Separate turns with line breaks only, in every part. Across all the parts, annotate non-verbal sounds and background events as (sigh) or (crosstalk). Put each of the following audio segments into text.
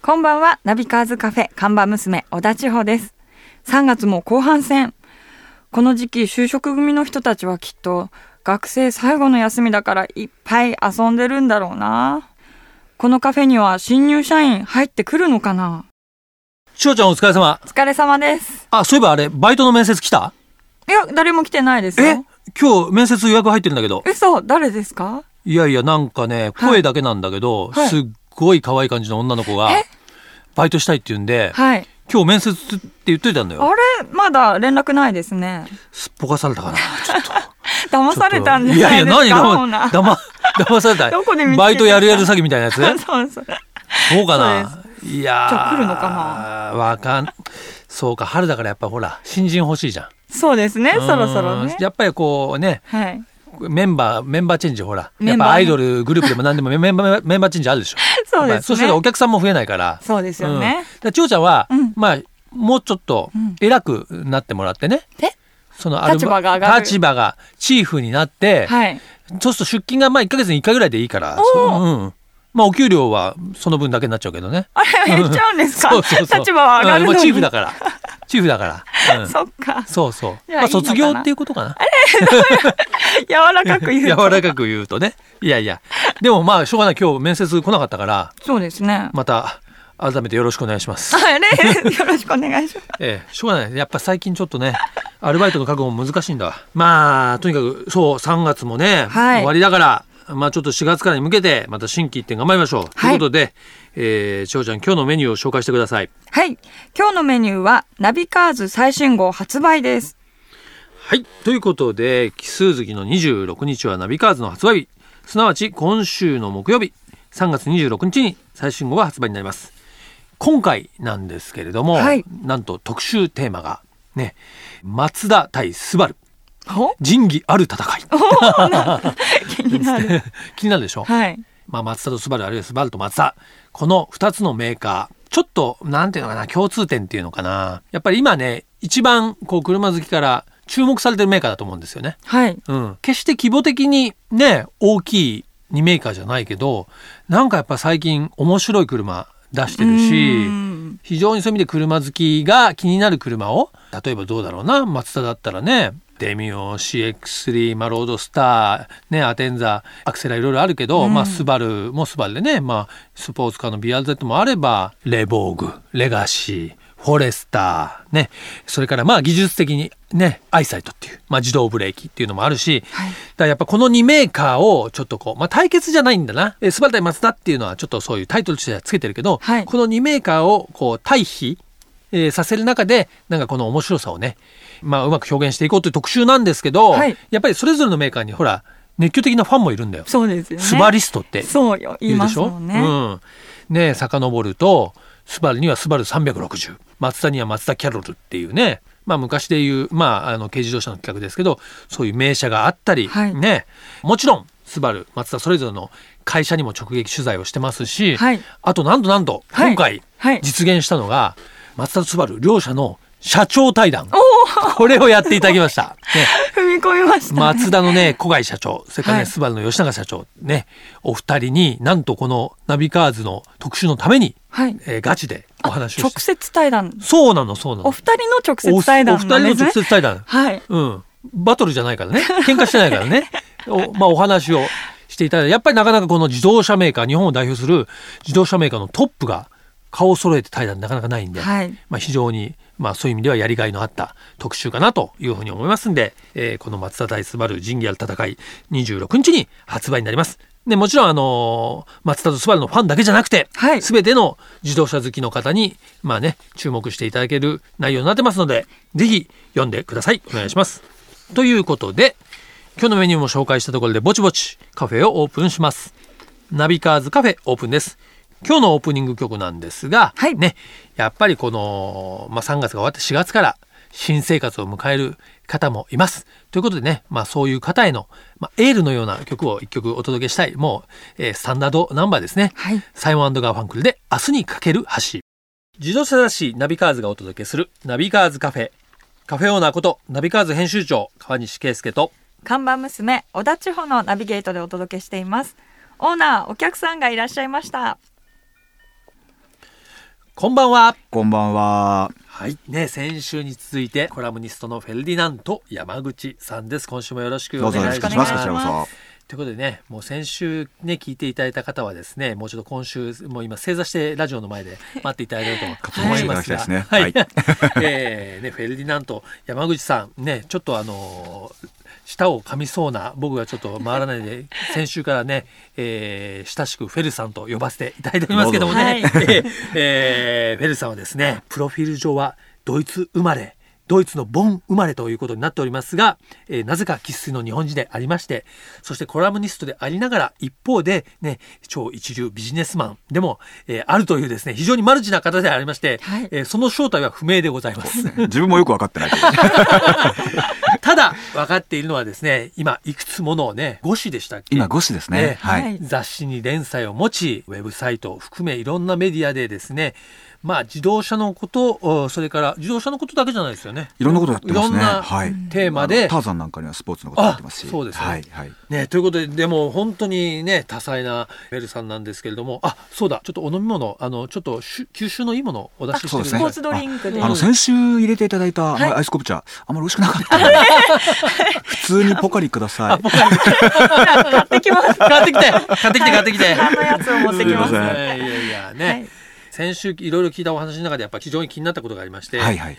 こんばんは、ナビカーズカフェ看板娘、小田千穂です。3月も後半戦。この時期、就職組の人たちはきっと、学生最後の休みだからいっぱい遊んでるんだろうな。このカフェには新入社員入ってくるのかな
しおちゃんお疲れ様
お。疲れ様です。
あ、そういえばあれ、バイトの面接来た
いや、誰も来てないですよ。
今日面接予約入ってるんだけど。
嘘、誰ですか
いやいや、なんかね、
はい
声だけなんだけど、
はい
すっごい可愛い感じの女の子が
え、
バイトしたいって言うんで、
はい。
今日面接って言っといたんだ
あ
よ。
れ、まだ連絡ないですね。
すっぽかされたかな。
(laughs)
ちょっと。
騙されたんじゃ
いや
ないいです
や、
か
何
オーナー
騙、騙、騙された。
どこで見つけてきた
バイトやるやる詐欺みたいな
(laughs)
やつ
そうそう。
そうかないやー
じゃあ来るのか
わかん、そうか、春だからやっぱほら、新人欲しいじゃん。
そうですね、そろそろ
う
ね
ん。やっぱりこうね、
はい。
メンバー、メンバーチェンジほら。
メン
やっ
バーね
ぱアイドル、グループでも何でもメンメンバー、メンバーチェンジあるでしょ。
そう
やっぱ
で
りそ
す
した
ね
ら。お客さんも増えないから。
そうですよ
うん
ね
だ。から千代ちゃんは、
うん
まあ、もうちょっと
うん
偉くなってもらってね。
え
そのアルバ
立場が上がる
立場がチーフになって、
はい。
そうすると出勤がまあ1ヶ月に1回ぐらいでいいから、
おー
そううん。まあお給料はその分だけになっちゃうけどね。
あれ言っちゃうんですか
(laughs) そうそうそう
立場は上がるのに。
うんまあチーフ
(laughs)
だから。チーフだから。うん
そっか。
そうそう。
いやいいのかな
まあ卒業っていうことかな。
柔らかく言う
(laughs) 柔
と。
らかく言うとね。いやいや。でもまあしょうがない今日面接来なかったから、
そうですね。
また改めてよろしくお願いし
(laughs)
ます。
あれ、よろしくお願いします。
ええ、しょうがない。やっぱ最近ちょっとね、アルバイトの覚悟も難しいんだわ。まあ、とにかく、そう、3月もね、
はい
終わりだから、まあちょっと4月からに向けて、また新規一点頑張りましょう。
はい
ということで、えー、しおちゃん、今日のメニューを紹介してください。
はい。今日のメニューは、ナビカーズ最新号発売です。
はい。ということで、奇数月の26日はナビカーズの発売日。すなわち、今週の木曜日、3月26日に最新号が発売になります。今回なんですけれども、
はい
なんと特集テーマが、ね、松田対スバル。 (laughs)
お
仁義ある戦い。 (laughs)
気になる。
気になるでしょ、
はい。
まあ、松田とスバルあるいはスバルと松田この2つのメーカーちょっとなんていうのかな共通点っていうのかなやっぱり今ね一番こう車好きから注目されてるメーカーだと思うんですよね。
はい。
うん、決して規模的にね大きい2メーカーじゃないけどなんかやっぱ最近面白い車出してるし
うーん
非常にそういう意味で車好きが気になる車を例えばどうだろうなマツダだったらねデミオ CX3、まあ、ロードスター、ね、アテンザアクセラいろいろあるけど、
うん
まあ、スバルもスバルでね、まあ、スポーツカーの BRZ もあればレボーグレガシーフォレスター、ね、それからまあ技術的にねアイサイトっていう、まあ、自動ブレーキっていうのもあるし、
はい。
だからやっぱこの2メーカーをちょっとこう、まあ、対決じゃないんだな。えースバル対マツダっていうのはちょっとそういうタイトルとしてはつけてるけど、
はい
この2メーカーをこう対比、えーさせる中で、なんかこの面白さをね、まあうまく表現していこうという特集なんですけど、
はい
やっぱりそれぞれのメーカーにほら、熱狂的なファンもいるんだよ。
そうですよね。
スバリストって
そうよ、言い
言う
ま
でし
す
ょ
もんね。
うん。ね遡ると、スバルにはスバル360、マツダにはマツダキャロルっていうね、まあ昔でいう、まああの軽自動車の企画ですけど、そういう名車があったり、
はい
ね、もちろん、スバル、マツダそれぞれの会社にも直撃取材をしてますし、
はい
あとなんとなんと、
はい
今回
はい
実現したのが、マツダとスバル両社の社長対
(laughs)
談。これをやっていただきました。ね
踏み込みましたね。
松田のね、古貝社長、それから
は
ね、
い
スバルの吉永社長、ね、お二人になんとこのナビカーズの特集のために、
はい。
えーガチでお話を
直
して。
接対談。
そうなの、そうなの。
お二人の直接対談なん
おお二
ですね
人の直。接対談。
はい。
うん。バトルじゃないか
(laughs)
らね。喧嘩してないからね。お、まあ、お話をしていただいて、やっぱりなかなかこの自動車メーカー、日本を代表する自動車メーカーのトップが顔を揃えて対談なかなかないんで、
はい
まあ、非常に、まあ、そういう意味ではやりがいのあった特集かなというふうに思いますんで、えーこの松田対スバル仁義ある戦い26日に発売になります。でもちろん、あのー松田とスバルのファンだけじゃなくて、
はい
すべての自動車好きの方に、まあね、注目していただける内容になってますので、ぜひ読んでください。お願いします。ということで、今日のメニューも紹介したところで、ぼちぼちカフェをオープンします。ナビカーズカフェオープンです。今日のオープニング曲なんですが、
はい
ね、やっぱりこの、まあ、3月が終わって4月から新生活を迎える方もいます。ということでね、まあ、そういう方への、まあ、エールのような曲を一曲お届けしたい。もう、えースタンダードナンバーですね。
はい。
サイモンガーファンクルで明日にかける橋。自動車雑誌ナビカーズがお届けするナビカーズカフェ。カフェオーナーことナビカーズ編集長川西圭介と
看板娘、小田地方のナビゲートでお届けしています。オーナー、お客さんがいらっしゃいました。
こんばんは。
こんばんは。
はい。ね、先週に続いて、コラムニストのフェルディナント山口さんです。今週もよろしく
ど
お
うぞよ
願
ろ
い
し
し
く
ま
お願い
す。
します。こ
お願い
ち
し
ら
ます
こ
ということでね、もう先週ね、聞いていただいた方はですね、もうちょっと今週、もう今正座してラジオの前で待っていただけると思いますが、
活動していただき
はい
た
(laughs)
いです
えーね、フェルディナント、山口さん、ね、ちょっとあのー舌を噛みそうな僕がちょっと回らないで先週からね、えー親しくフェルさんと呼ばせていただいておりますけどもね、
はい
えー (laughs) えーフェルさんはですねプロフィール上はドイツ生まれドイツのボン生まれということになっておりますが、えーなぜか生粋の日本人でありましてそしてコラムニストでありながら一方で、ね、超一流ビジネスマンでも、えーあるというですね非常にマルチな方でありまして、
はい
えーその正体は不明でござ
(laughs)
います。
そ。自分もよく分かって
(laughs)
ないけど。
ただ分かっているのはですね今いくつものをね5紙でしたっけ
今5種です
ええ
ね。は
はい
い。
雑誌に連載を持ちウェブサイトを含めいろんなメディアでですねまあ自動車のことおそれから自動車のことだけじゃないですよね
いろんなことやってます
いろ
ね。
んな
はい。
テーマで
あのターザンなんかにはスポーツのことやってますし。
あそうですね
はい。はい。
ねということででも本当にね多彩なメルさんなんですけれどもあそうだちょっとお飲み物あのちょっとしゅ吸収のいいものをお出しして
そう
る
です
ス
ね
ポーツドリンクで
あの先週入れていただいた、
はい
アイスコプチャーあんまり美味しくなかったので (laughs) 普通にポカリください
買ってきます
(laughs) 買ってきて買ってきて買ってきて、
あのやつを持ってきます
すいま
いやいやいやね、
はい
先週いろいろ聞いたお話の中でやっぱ非常に気になったことがありまして、
はいはい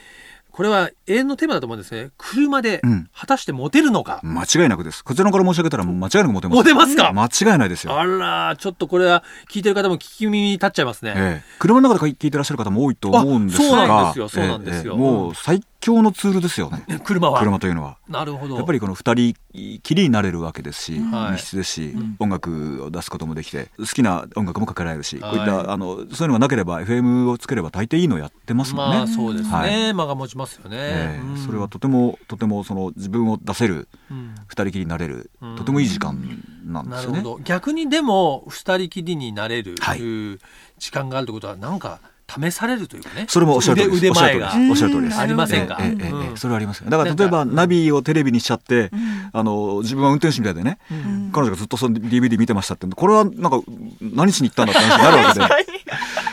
これは永遠のテーマだと思うんですね車で
うん
果たしてモテるのか、
間違いなくですこちらから申し上げたらもう間違いなくモテます
モテますか
間違いないですよ、
あらちょっとこれは聞いてる方も聞き耳に立っちゃいますね、
ええ、車の中で聞いてらっしゃる方も多いと思うんですが
あそうなんですよそうなんですよ
ええええもう最強のツールですよね
車は
車というのは
なるほど
やっぱりこの2人きりになれるわけですし、
はい
密室ですし、
ん
音楽を出すこともできて好きな音楽もかけられるし、
はい
こういったあのそういうのがなければ FM をつければ大抵いいのやってますもんね。
まあそうですね、
はい
間が持ちますよね、
ええ
うん
それはとてもとてもその自分を出せる
うん
2人きりになれる、
うん
とてもいい時間なんで
な
す
る
よ
ほ
ね。
ど、逆にでも二人きりになれる
はい
いう時間があるということはなんか試されるというかね
それもおっしゃる通りです
腕腕前が
おっしゃる通りです
うんありませんか
ええええええ
うん
それはありますよだから例えばナビをテレビにしちゃって、あの自分は運転手みたいでね、
ん
彼女がずっとその DVD 見てましたってこれはなんか何しに行ったんだって話になるわ
(laughs)
けで。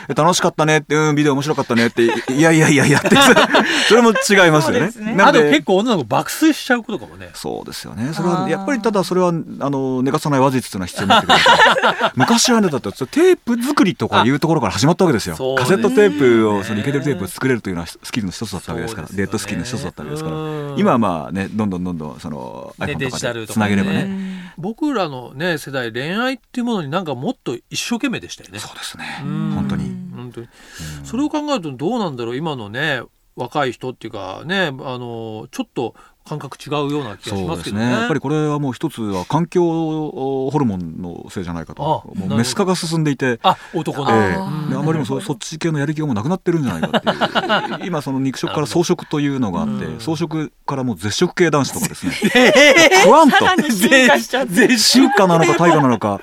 え楽しかったねって、うん、ビデオ面白かったねって、い (laughs) いやいやいやいやって、 (laughs) それそれも違いま
そ
すよ
う
ね。
ですね
な
あ
の
と
で
結構女の子爆睡しちゃうことかもね
そうですよね。それ
あ
は、
ー
やっぱりただそれは、あの、寝かさない話術というのは必要になっ
(laughs)
てくるんですよ。昔はね、だってそれテープ作りとかいうところから始まったわけですよ。
そうで
カ
すね
セットテープを、そのイケてるテープを作れるというのはスキルの一つだったわけですから、
そうですよね
デートスキルの一つだったわけですから
うん。
今はまあね、どんどんどんどん、その、
ね
iPhone
デジタ
と
ルと
かで
か
繋
ね
げれば
う
ね。
ん
僕らのね世代恋愛っていうものになんかもっと一生懸命でしたよね
そうですね。
うん
本当に。
本当にそれを考えるとどうなんだろう今のね若い人っていうかねあのちょっと感覚違うような気がし
そ
ま
う
す
で
け
す
ど
ね
ね
やっぱりこれはもう一つは環境ホルモンのせいじゃないかと
あなる
も
ほど
うメス化が進んでいて
あ男の、
ええ
ー
であまりにもそそっち系のやる気がもうなくなってるんじゃないかってい
(laughs)
う今その肉食から草食というのがあっ
うん
て草食からもう絶食系男子とかで
(laughs)
すね
え
食わんと
さらに進化しちゃって
進化なのか大化なのか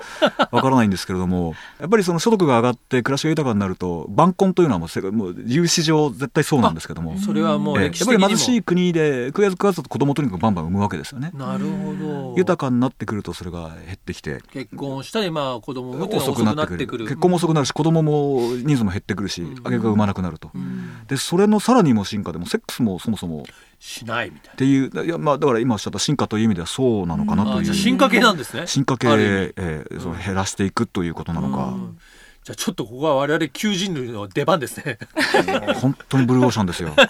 わからないんですけれどもやっぱりその所得が上がって暮らしが豊かになると晩婚というのはもうせもう有史上絶対そうなんですけども
え。それはもう
ええやっ
歴史
ぱ
的
り
にも、
貧しい国で食えず食わずと子供とにかくバンバン産むわけですよね。
なるほど
豊かになってくるとそれが減ってきて
結婚したりまあ子供を産むっていうのは遅
遅く
く
な
な
っ
ってて
く
く
る
る
結婚も遅くなるし子供も人数も減ってくるし
ん
あげが産まなくなると
うん
でそれのさらにも進化でもうセックスもそもそもっ
しないみたい
ていういやまあだから今おっしゃった進化という意味ではそうなのかな
なあ
と
じゃ
い
あ
う
進化系なんですね
進化系
ある
ええその減らしていくということなの
う
か
んじゃあちょっとここは我々求人類の出番ですね (laughs)
本当にブルーオーシャンですよ本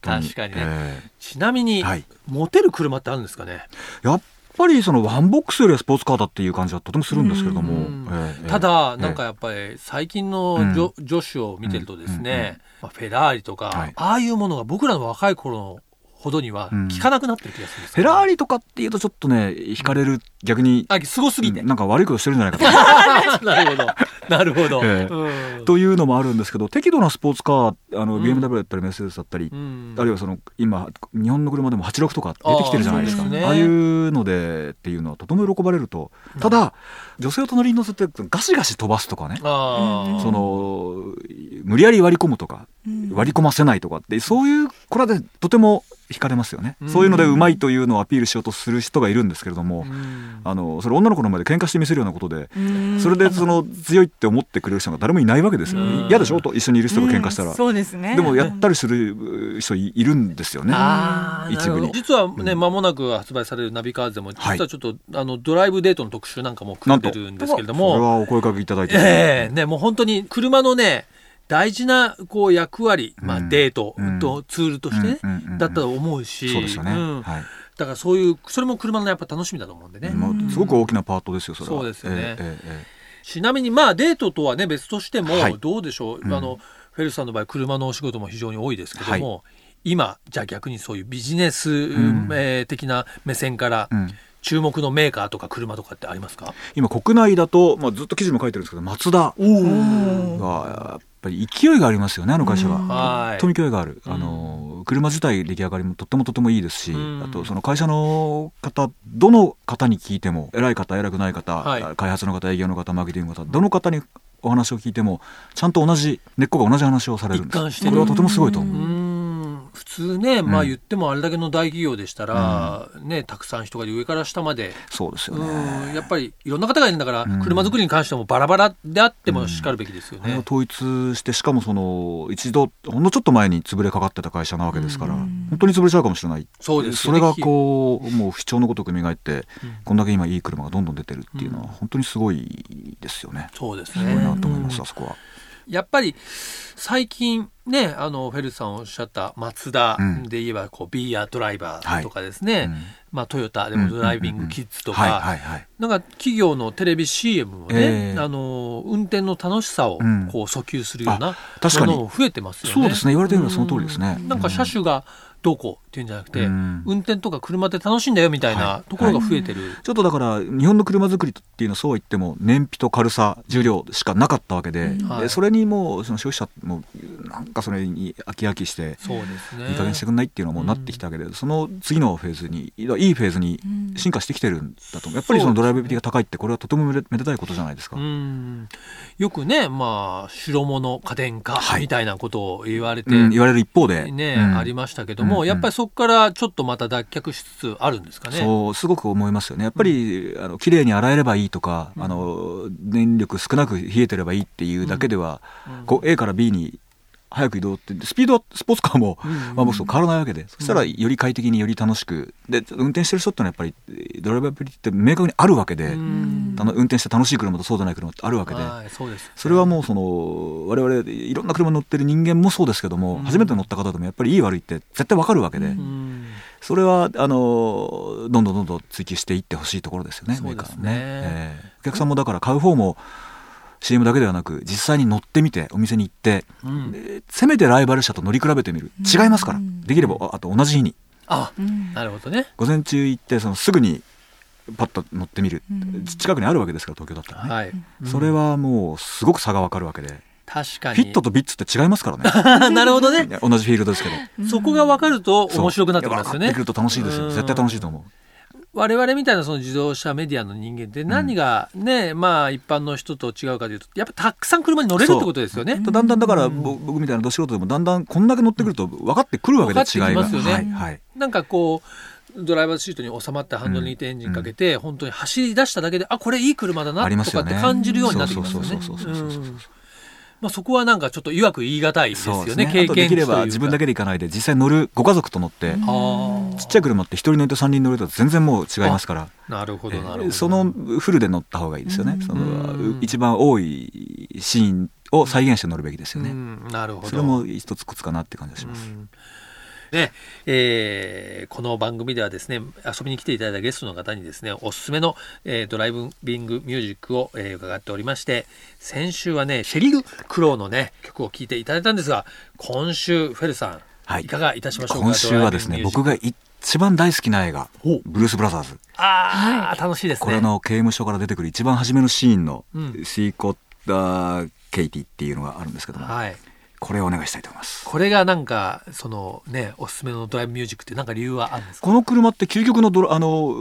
当
確かにね
ええ
ちなみに、
はい
モテる車ってあるんですかね
やっぱりそのワンボックスよりはスポーツカーだっていう感じはとてもするんですけれど
うん
もええええ
ただ
ええ
なんかやっぱり最近の女,、女子を見てるとですね、まあ、フェラーリとか、
はい
ああいうものが僕らの若い頃のほどには効かなくなってる気がするんです
フェラーリとかっていうとちょっとね惹かれる逆に
リあすごすぎて、
なんか悪いことしてるんじゃないかと
(laughs) なるほどなるほど、
ええ
うん (laughs)
というのもあるんですけど適度なスポーツカーあの
うん
BMW だったりメッセージだったり、
うん
あるいはその今日本の車でも86とか出てきてるじゃないですか
あ
あ
ー
あ,、
そうですね
いうのでっていうのはとても喜ばれるとただ、女性を隣に乗せてガシガシ飛ばすとかね
あー
うん
その無理やり割り込むとか、
うん
割り込ませないとかってそういうこれはねとても惹かれますよね、
うん
そういうのでうまいというのをアピールしようとする人がいるんですけれども、
うん
あのそれ女の子の前で喧嘩してみせるようなことで、
うん
それでその強いって思ってくれる人が誰もいないわけですよ、
うん
嫌でしょと一緒にいる人が喧嘩したら、
うんそうですね
でもやったりする人いいるんですよね。
あー
一部
なるほ
に
ど実はね、
うん
間もなく発売されるナビカーズでも、実
はい
はちょっと、あのドライブデートの特集なんかも組んでるんですけれど
これ
も、
はお声かけいただいて、
ええね、もう本当に車のね、大事なこう役割、まあ、
うん
デート
う
とツールとしてね、
うんうんうんうん
だったと思うし、
そうですよね、
うん
はい
だからそういう、それも車のやっぱ楽しみだと思うんでね。
もうすごく大きなパートですよそれは
そうですよね
ええええ
ちなみに、まあ、デートとはね、別としても
はい、
どうでしょう、
うん
あの、フェルスさんの場合、車のお仕事も非常に多いですけども、今、じゃあ逆にそういうビジネス、
ん
えー的な目線から、
うん
注目のメーカーとか車とかってありますか
今国内だと、まあ、ずっと記事にも書いてるんですけど松田がやっぱり勢いがありますよねあの会社
うん
は。
は
と
い
ても勢いがある、
うん
あの車自体出来上がりもとってもとてもいいですし、
うん
あとその会社の方どの方に聞いても偉い方偉くない方、
はい
開発の方営業の方マーケティングの方どの方にお話を聞いてもちゃんと同じ根っこが同じ話をされるんです
一貫してる
これはとてもすごいと思う
う
うん
普通ね、まあ言ってもあれだけの大企業でしたら、ね、たくさん人がいる上から下まで、
そうですよ
う
ね。
ん、やっぱりいろんな方がいるんだから、
うん
車作りに関してもバラバラであってもしかるべきですよ
あれを
ね。
統一してしかもその一度ほんのちょっと前に潰れかかってた会社なわけですから、
うん
本当に潰れちゃうかもしれない
そうです
そ
よ
れ
ね
がこうもう不調のごとく磨いて、
うん
こんだけ今いい車がどんどん出てるっていうのは本当にすごいですよね、
そうです
すごいな
ね。
と思います、あそこは。
やっぱり最近ね、あのフェルスさんおっしゃったマツダで言えばこうビーアドライバーとかですね、
うん
まあトヨタでもドライビングキッズとか、
はいはいはい
なんか企業のテレビ CM もね、
ええ
あの運転の楽しさを
うん
こう訴求するような
あ確か
も
に
のも増えてますよね。
そうですね言われてみればその通りですね
うんなんか車種がどうこうっていうんじゃなくて、
うん
運転とか車で楽しいんだよみたいな
は
ところが増えてる。
ちょっとだから日本の車作りっていうのはそうは言っても燃費と軽さ重量しかなかったわけで,で、
はい
それにもうその消費者もなんかそれに飽き飽きして
そうですね。
いい加減にしてくんないっていうのはもうなってきたわけで、その次のフェーズにいいフェーズに進化してきてるんだと思うやっぱりそのドライビリティが高いってこれはとてもめでめでたいことじゃないですか。
うんよくね、まあ、白物家電化みたいなことを言われて、
うん言われる一方で、
ね、
うん
ありましたけども、
うんうん
やっぱりそこからちょっとまた脱却しつつあるんですかね。
そうすごく思いますよねやっぱり、あの綺麗に洗えればいいとか、あの電力少なく冷えてればいいっていうだけでは、
うん
こう A から B に早く移動ってスピードはスポーツカーも、
うんうん
まあ、僕と変わらないわけで、そしたらより快適により楽しくで運転してる人ってのはやっぱりドライバビリティって明確にあるわけで、
うん
あの運転して楽しい車とそうでない車ってあるわけで。
はいそうです
それはもうその我々いろんな車に乗ってる人間もそうですけども、
うん
初めて乗った方でもやっぱりいい悪いって絶対わかるわけで、
うん
それはあのどんどんどんどん追求していってほしいところですよね
そ
メ
う
ー
で
カ
す
ー
ね
のね、ええお客さんもだから買う方も CM だけではなく実際に乗ってみてお店に行って、
うん
えせめてライバル車と乗り比べてみる違いますから、
うん
できればああと同じ日に
あ、
うん
なるほどね。
午前中行ってそのすぐにパッと乗ってみる、
うん
近くにあるわけですから東京だったらね、
はい。
それはもうすごく差がわかるわけで、
確かに。
フィットとビッツって違いますからね
(laughs) なるほどね。
いや同じフィールドですけど
そこが分かると
そう
面白くなってきますよ
いや分か
ね
ってく。ると楽しいです
う
よ
ん
絶対楽しいと思う
我々みたいなその自動車メディアの人間って何がね、まあ一般の人と違うかというと、やっぱたくさん車に乗れるってことですよね。
だんだんだからぼ僕みたいなど素人でもだんだんこんだけ乗ってくると分かってくるわけで
分かってき
違いが
ますよね
はいはい
なんかこう、ドライバーシートに収まったハンドルにてエンジンかけて、本当に走り出しただけで、あ、これいい車だ
あり
な
ま
と
す
か
よ
って
ね
感じるようになってきますよ
そ
ね
うそうそうそうそうそう。
うんまあそこはなんかちょっといわく言い難いですよ
そうです
ね、
ね
経
あと
験値と
でき
い
れ
うか
ば自分だけで行かないで実際乗るご家族と乗って
あ
ちっ
ー
ちゃい車って一人乗りと三人乗りと全然もう違いますから
なるほど、なるほ
え
ど。
ーそのフルで乗った方がいいですよねそ
うん
の一番多いシーンを再現して乗るべきですよ
う
ね
ん、なるほど。
それも一つコツかなって感じがします
うんねえーこの番組ではですね遊びに来ていただいたゲストの方にですねおすすめの、えードライビングミュージックを、えー伺っておりまして先週はねシェリル・クローのね曲を聴いていただいたんですが今週フェルさん、
はい
い、かがいたしましょうか
今週はですね僕
が
が一番大好きな映画
お
ブルース・ブラザーズ
あー、楽しいですね
これあの刑務所から出てくる一番初めのシーンの
うん
シーコッター・ケイティっていうのがあるんですけども、
はい
これをお願いしたいと思います
これがなんかそのねおすすめのドライブミュージックってなんか理由はあるんですか
この車って究極のドラあの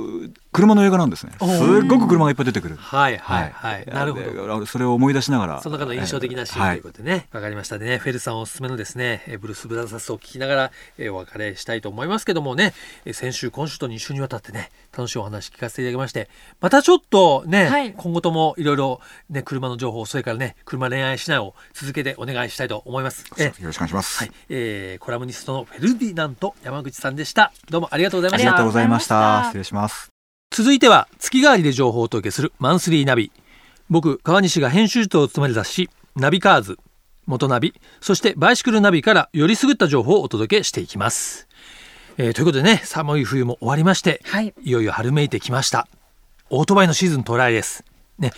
車の映画なんですね
おー
すっごく車がいっぱい出てくる
はいはいはい。なるほど。
どそれを思い出しながら
その中の印象的なシーンということでね、わ、かりましたね。フェルさんおすすめのですね、えーブルース・ブラザースを聞きながら、えーお別れしたいと思いますけどもね、えー先週、今週と2週にわたってね、楽しいお話聞かせていただきまして、またちょっとね、
はい
今後ともいろいろね、車の情報、それからね、車恋愛指南を続けてお願いしたいと思います。
はい
え
よろしくお願いします、
はい、えーコラムニストのフェルディナント山口さんでした。どうもありがとうござい
あ
まし
り
た
が。とうございまし
あ
た
りがとうございました
失礼します
続いては月替わりで情報をお届けするマンスリーナビ僕川西が編集長を務める雑誌ナビカーズ元ナビそしてバイシクルナビからよりすぐった情報をお届けしていきます、えーということでね寒い冬も終わりまして、
はい
いよいよ春めいてきましたオートバイのシーズン到来ですね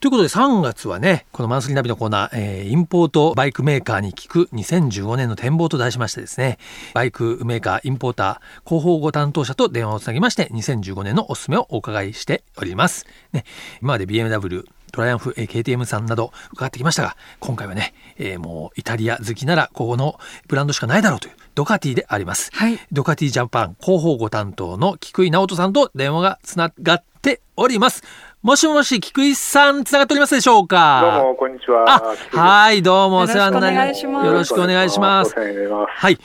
ということで3月はねこのマンスリーナビのコーナー、えーインポートバイクメーカーに聞く2015年の展望と題しましてですねバイクメーカーインポーター広報ご担当者と電話をつなぎまして2015年のおすすめをお伺いしております、ね、今まで BMW トライアンフえー KTM さんなど伺ってきましたが今回はね、えーもうイタリア好きならここのブランドしかないだろうというドカティであります、
はい
ドカティジャパン広報ご担当の菊井直人さんと電話がつながっております。もしもし、菊井さん、つながっておりますでしょうか
どうも、こんにちは。
あ、はい、どうもお世話になり
よろしくお願いします
よろしくお願いします
お。世話になります。
はい。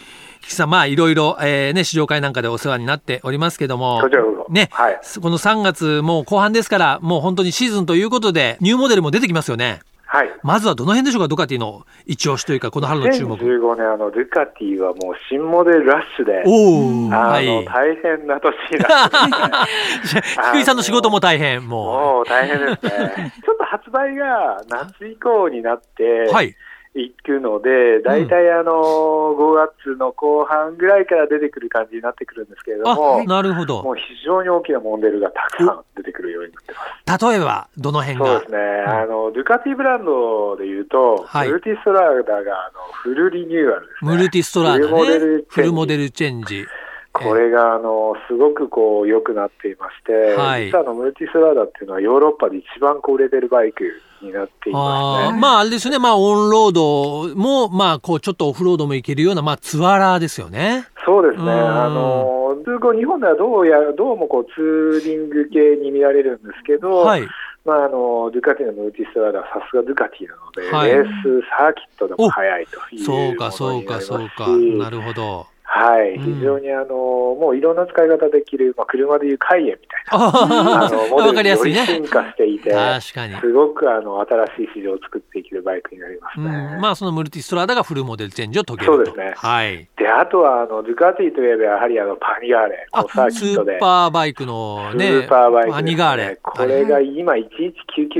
菊井さん、まあ、いろいろ、えーね、試乗会なんかでお世話になっておりますけども
こちらこ、そ
ね、
はい
この3月もう後半ですから、もう本当にシーズンということで、ニューモデルも出てきますよね。
はい。
まずはどの辺でしょうか、ドカティの一押しというか、この春の注目。
2015年、あの、ルカティはもう新モデルラッシュで、
おお、
あの、
はい。
大変な年に
(laughs)
なってますね
(laughs) 菊井さんの仕事も大変、も
もう大変です
(laughs)
ね。ちょっと発売が夏以降になって
う。はい。
いくので、大体あの、5月の後半ぐらいから出てくる感じになってくるんですけれど
あ
も、、
なるほど
も。う非常に大きなモデルがたくさん出てくるようになってます。
例えば、どの辺
そう
が
ですね、あのドゥカティブランドでいうと、
はい
ムルティストラーダがあのフルリニューアルですね、
ムルティストラー
フルモ
ダね
デルチェンジ。
フルモデルチェンジ。
これがあのすごくこう良くなっていまして、
はい
実はあのムルティストラーダっていうのは、ヨーロッパで一番こう売れてるバイクになってい
あ
ま
ー
すね。
まあ、あれですよね。まあ、オンロードも、まあ、こう、ちょっとオフロードも行けるような、まあ、ツアラーですよね。
そうです
うん
ね、あの通常、日本ではどうやどうもこうツーリング系に見られるんですけど、
はい。
まあ、あのドゥカティのムルティストラーダはさすがドゥカティなので、
はい
レース、サーキットでも速いという
そうか、
も
そ
の
う
になり
か、
ますし
そうか。なるほど。
はい、
うん
非常にあのもういろんな使い方できる、まあ、車でいうカイエンみた
あ
いな、あ
は
の
は (laughs) わ
モ
かり
デル
や
よ
すい
り
ね。
進化していて、
確かに。
すごくあの新しい市場を作っていけるバイクになります
う
ね。
ん、まあ、そのムルティストラーダがフルモデルチェンジを解けると。
そうですね
はい。
で、あとはあのドゥカティといえば、やはりあのパニガーレ、
あ、
こうサー
ス
キットで
ー。パーバイクのね、
スーパーバイクですね、
アニガーレ。
これが今、1199っ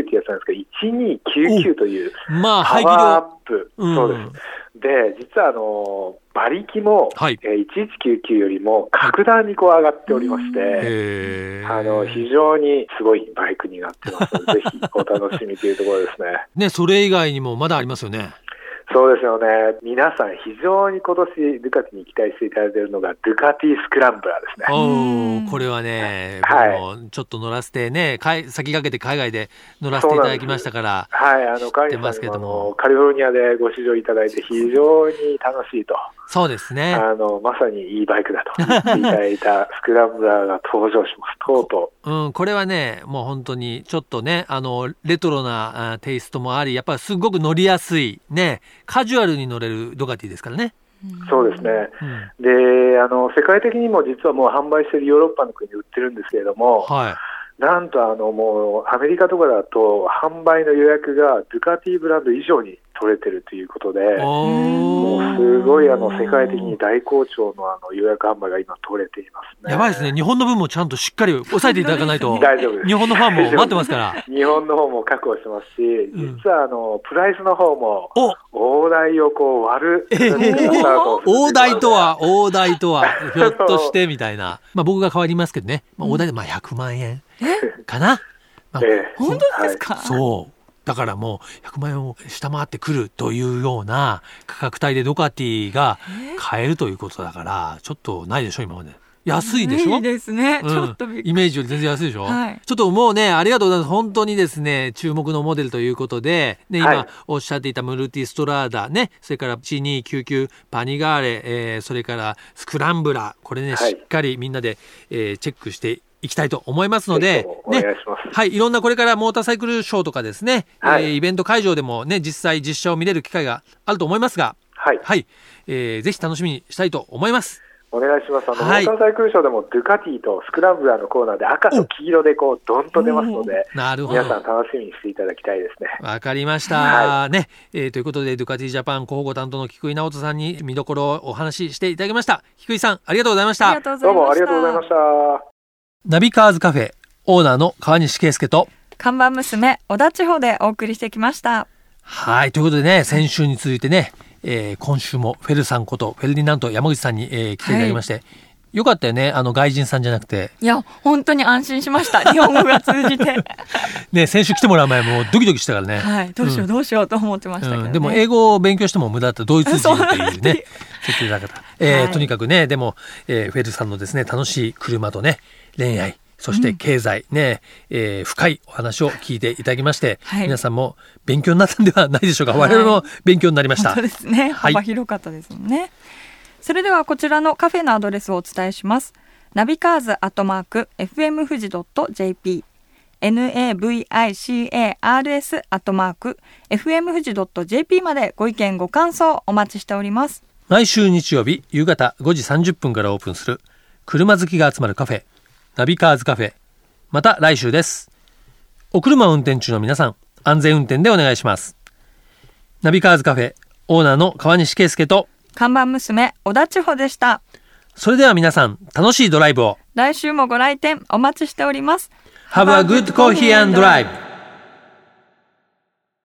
てやつなんですけど、1299という
まあ、
パ
排気量。
ワーアップ、
うん
そうです。で、実はあの馬力も、
はい
えー1199よりも格段にこう上がっておりまして、
へー
あの非常にすごいバイクになってますの
(laughs)
で、ぜひお楽しみというところですね。
ね、それ以外にもまだありますよね。
そうですよね、皆さん、非常に今年ドゥカティに期待していただいているのが、ドゥカティスクランブラーですね。
お
うん
ーこれはね、
はい
僕もちょっと乗らせてね、かい先駆けて海外で乗らせていただきましたから、
はい、あ
知っ
の、カ
て
リ
ます
さ
け
んも
ど
あ
も
のカリフォルニアでご試乗いただいて、非常に楽しいと、
そうですね。
あのまさにいいバイクだと言っていただいたスクランブラーが登場します、とうと
うん、これはね、もう本当にちょっとね、あの、レトロなあテイストもあり、やっぱりすごく乗りやすい、ね、カジュアルに乗れるドカティですからね。
う、そうですね。
うん、
であの世界的にも実はもう販売しているヨーロッパの国で売ってるんですけれども、
はい。
なんとあのもうアメリカとかだと販売の予約がドゥカティブランド以上に取れてるということで、も
お
う
ー
すごいあの世界的に大好調のあの予約販売が今取れていますね。
やばいですね。。日本の分もちゃんとしっかり抑えていただかないと、
大丈夫です
日。本のファンも待ってます (laughs) から。
日本の方も確保しますし、
ん
実はあのプライスの方も
お
大台をこう割る
え
スタートをする
大台と (laughs) は、大台とは、ひょっとしてみたい (laughs) な。まあ僕が変わりますけどね。まあ、大台でまあ100万円かな。まあ
ええ
本当ですか、
そう。だからもう100万円を下回ってくるというような価格帯でドカティが買えるということだから、ちょっとないでしょ、今まで。安いでしょ
いいですね、
う
(laughs)
ん
ちょっとびっくり
イメージより全然安いでしょ、
はい
ちょっともうねありがとうございます本当にですね注目のモデルということで、ね、
は
今
い
おっしゃっていたムルティストラーダねそれから1299パニガーレ、えーそれからスクランブラーこれね、
はい
しっかりみんなで、えーチェックしていきたいと思いますので、
お願いします。
はい、いろんなこれからモーターサイクルショーとかですね、
はい
えーイベント会場でもね、実際実車を見れる機会があると思いますが、
はい、
はい、えーぜひ楽しみにしたいと思います。
お願いします。あの、
はい
モーターサイクルショーでも、ドゥカティとスクランブラーのコーナーで赤と黄色でこう、どんと出ますので、
なるほ
皆
ど
さん。楽しみにしていただきたいですね。
わかりました、
は
ね、えーということでドゥカティジャパン広報担当の菊井直人さんに見どころをお話ししていただきました菊井さんありがとうございまし
あり
た
がとうございう
ども
ま
あ
し
り
た
がとうございました。
ナビカーズカフェオーナーの川西圭介と
看板娘小田地方でお送りしてきました
はいということでね先週に続いてね、えー今週もフェルさんことフェルディナント山口さんに、えー来ていただきまして、よかったよねあの外人さんじゃなくて
いや本当に安心しま (laughs) した日本語が通じて
ね先週来てもらう前もうドキドキしたからね、
はいどうしようどうしようと思ってましたけど、ね
うん、でも英語を勉強しても無駄だったドイツ人っ
(laughs)
ていうね設定だから、えー
はい
とにかくねでも、えーフェルさんのですね楽しい車とね恋愛そして経済ね、えー深いお話を聞いていただきまして、
はい
皆さんも勉強になったんではないでしょうか、
はい
我々も勉強になりました
本当ですね
はい
幅広かったですもんね、それではこちらのカフェのアドレスをお伝えしますナビカーズアットマーク FM 富士 .jp navicars アットマーク FM 富士 .jp までご意見ご感想お待ちしております
毎週日曜日夕方5時30分からオープンする車好きが集まるカフェナビカーズカフェまた来週ですお車を運転中の皆さん安全運転でお願いしますナビカーズカフェオーナーの川西圭介と
看板娘小田千穂でした
それでは皆さん楽しいドライブを
来週もご来店お待ちしております
Have a good coffee and drive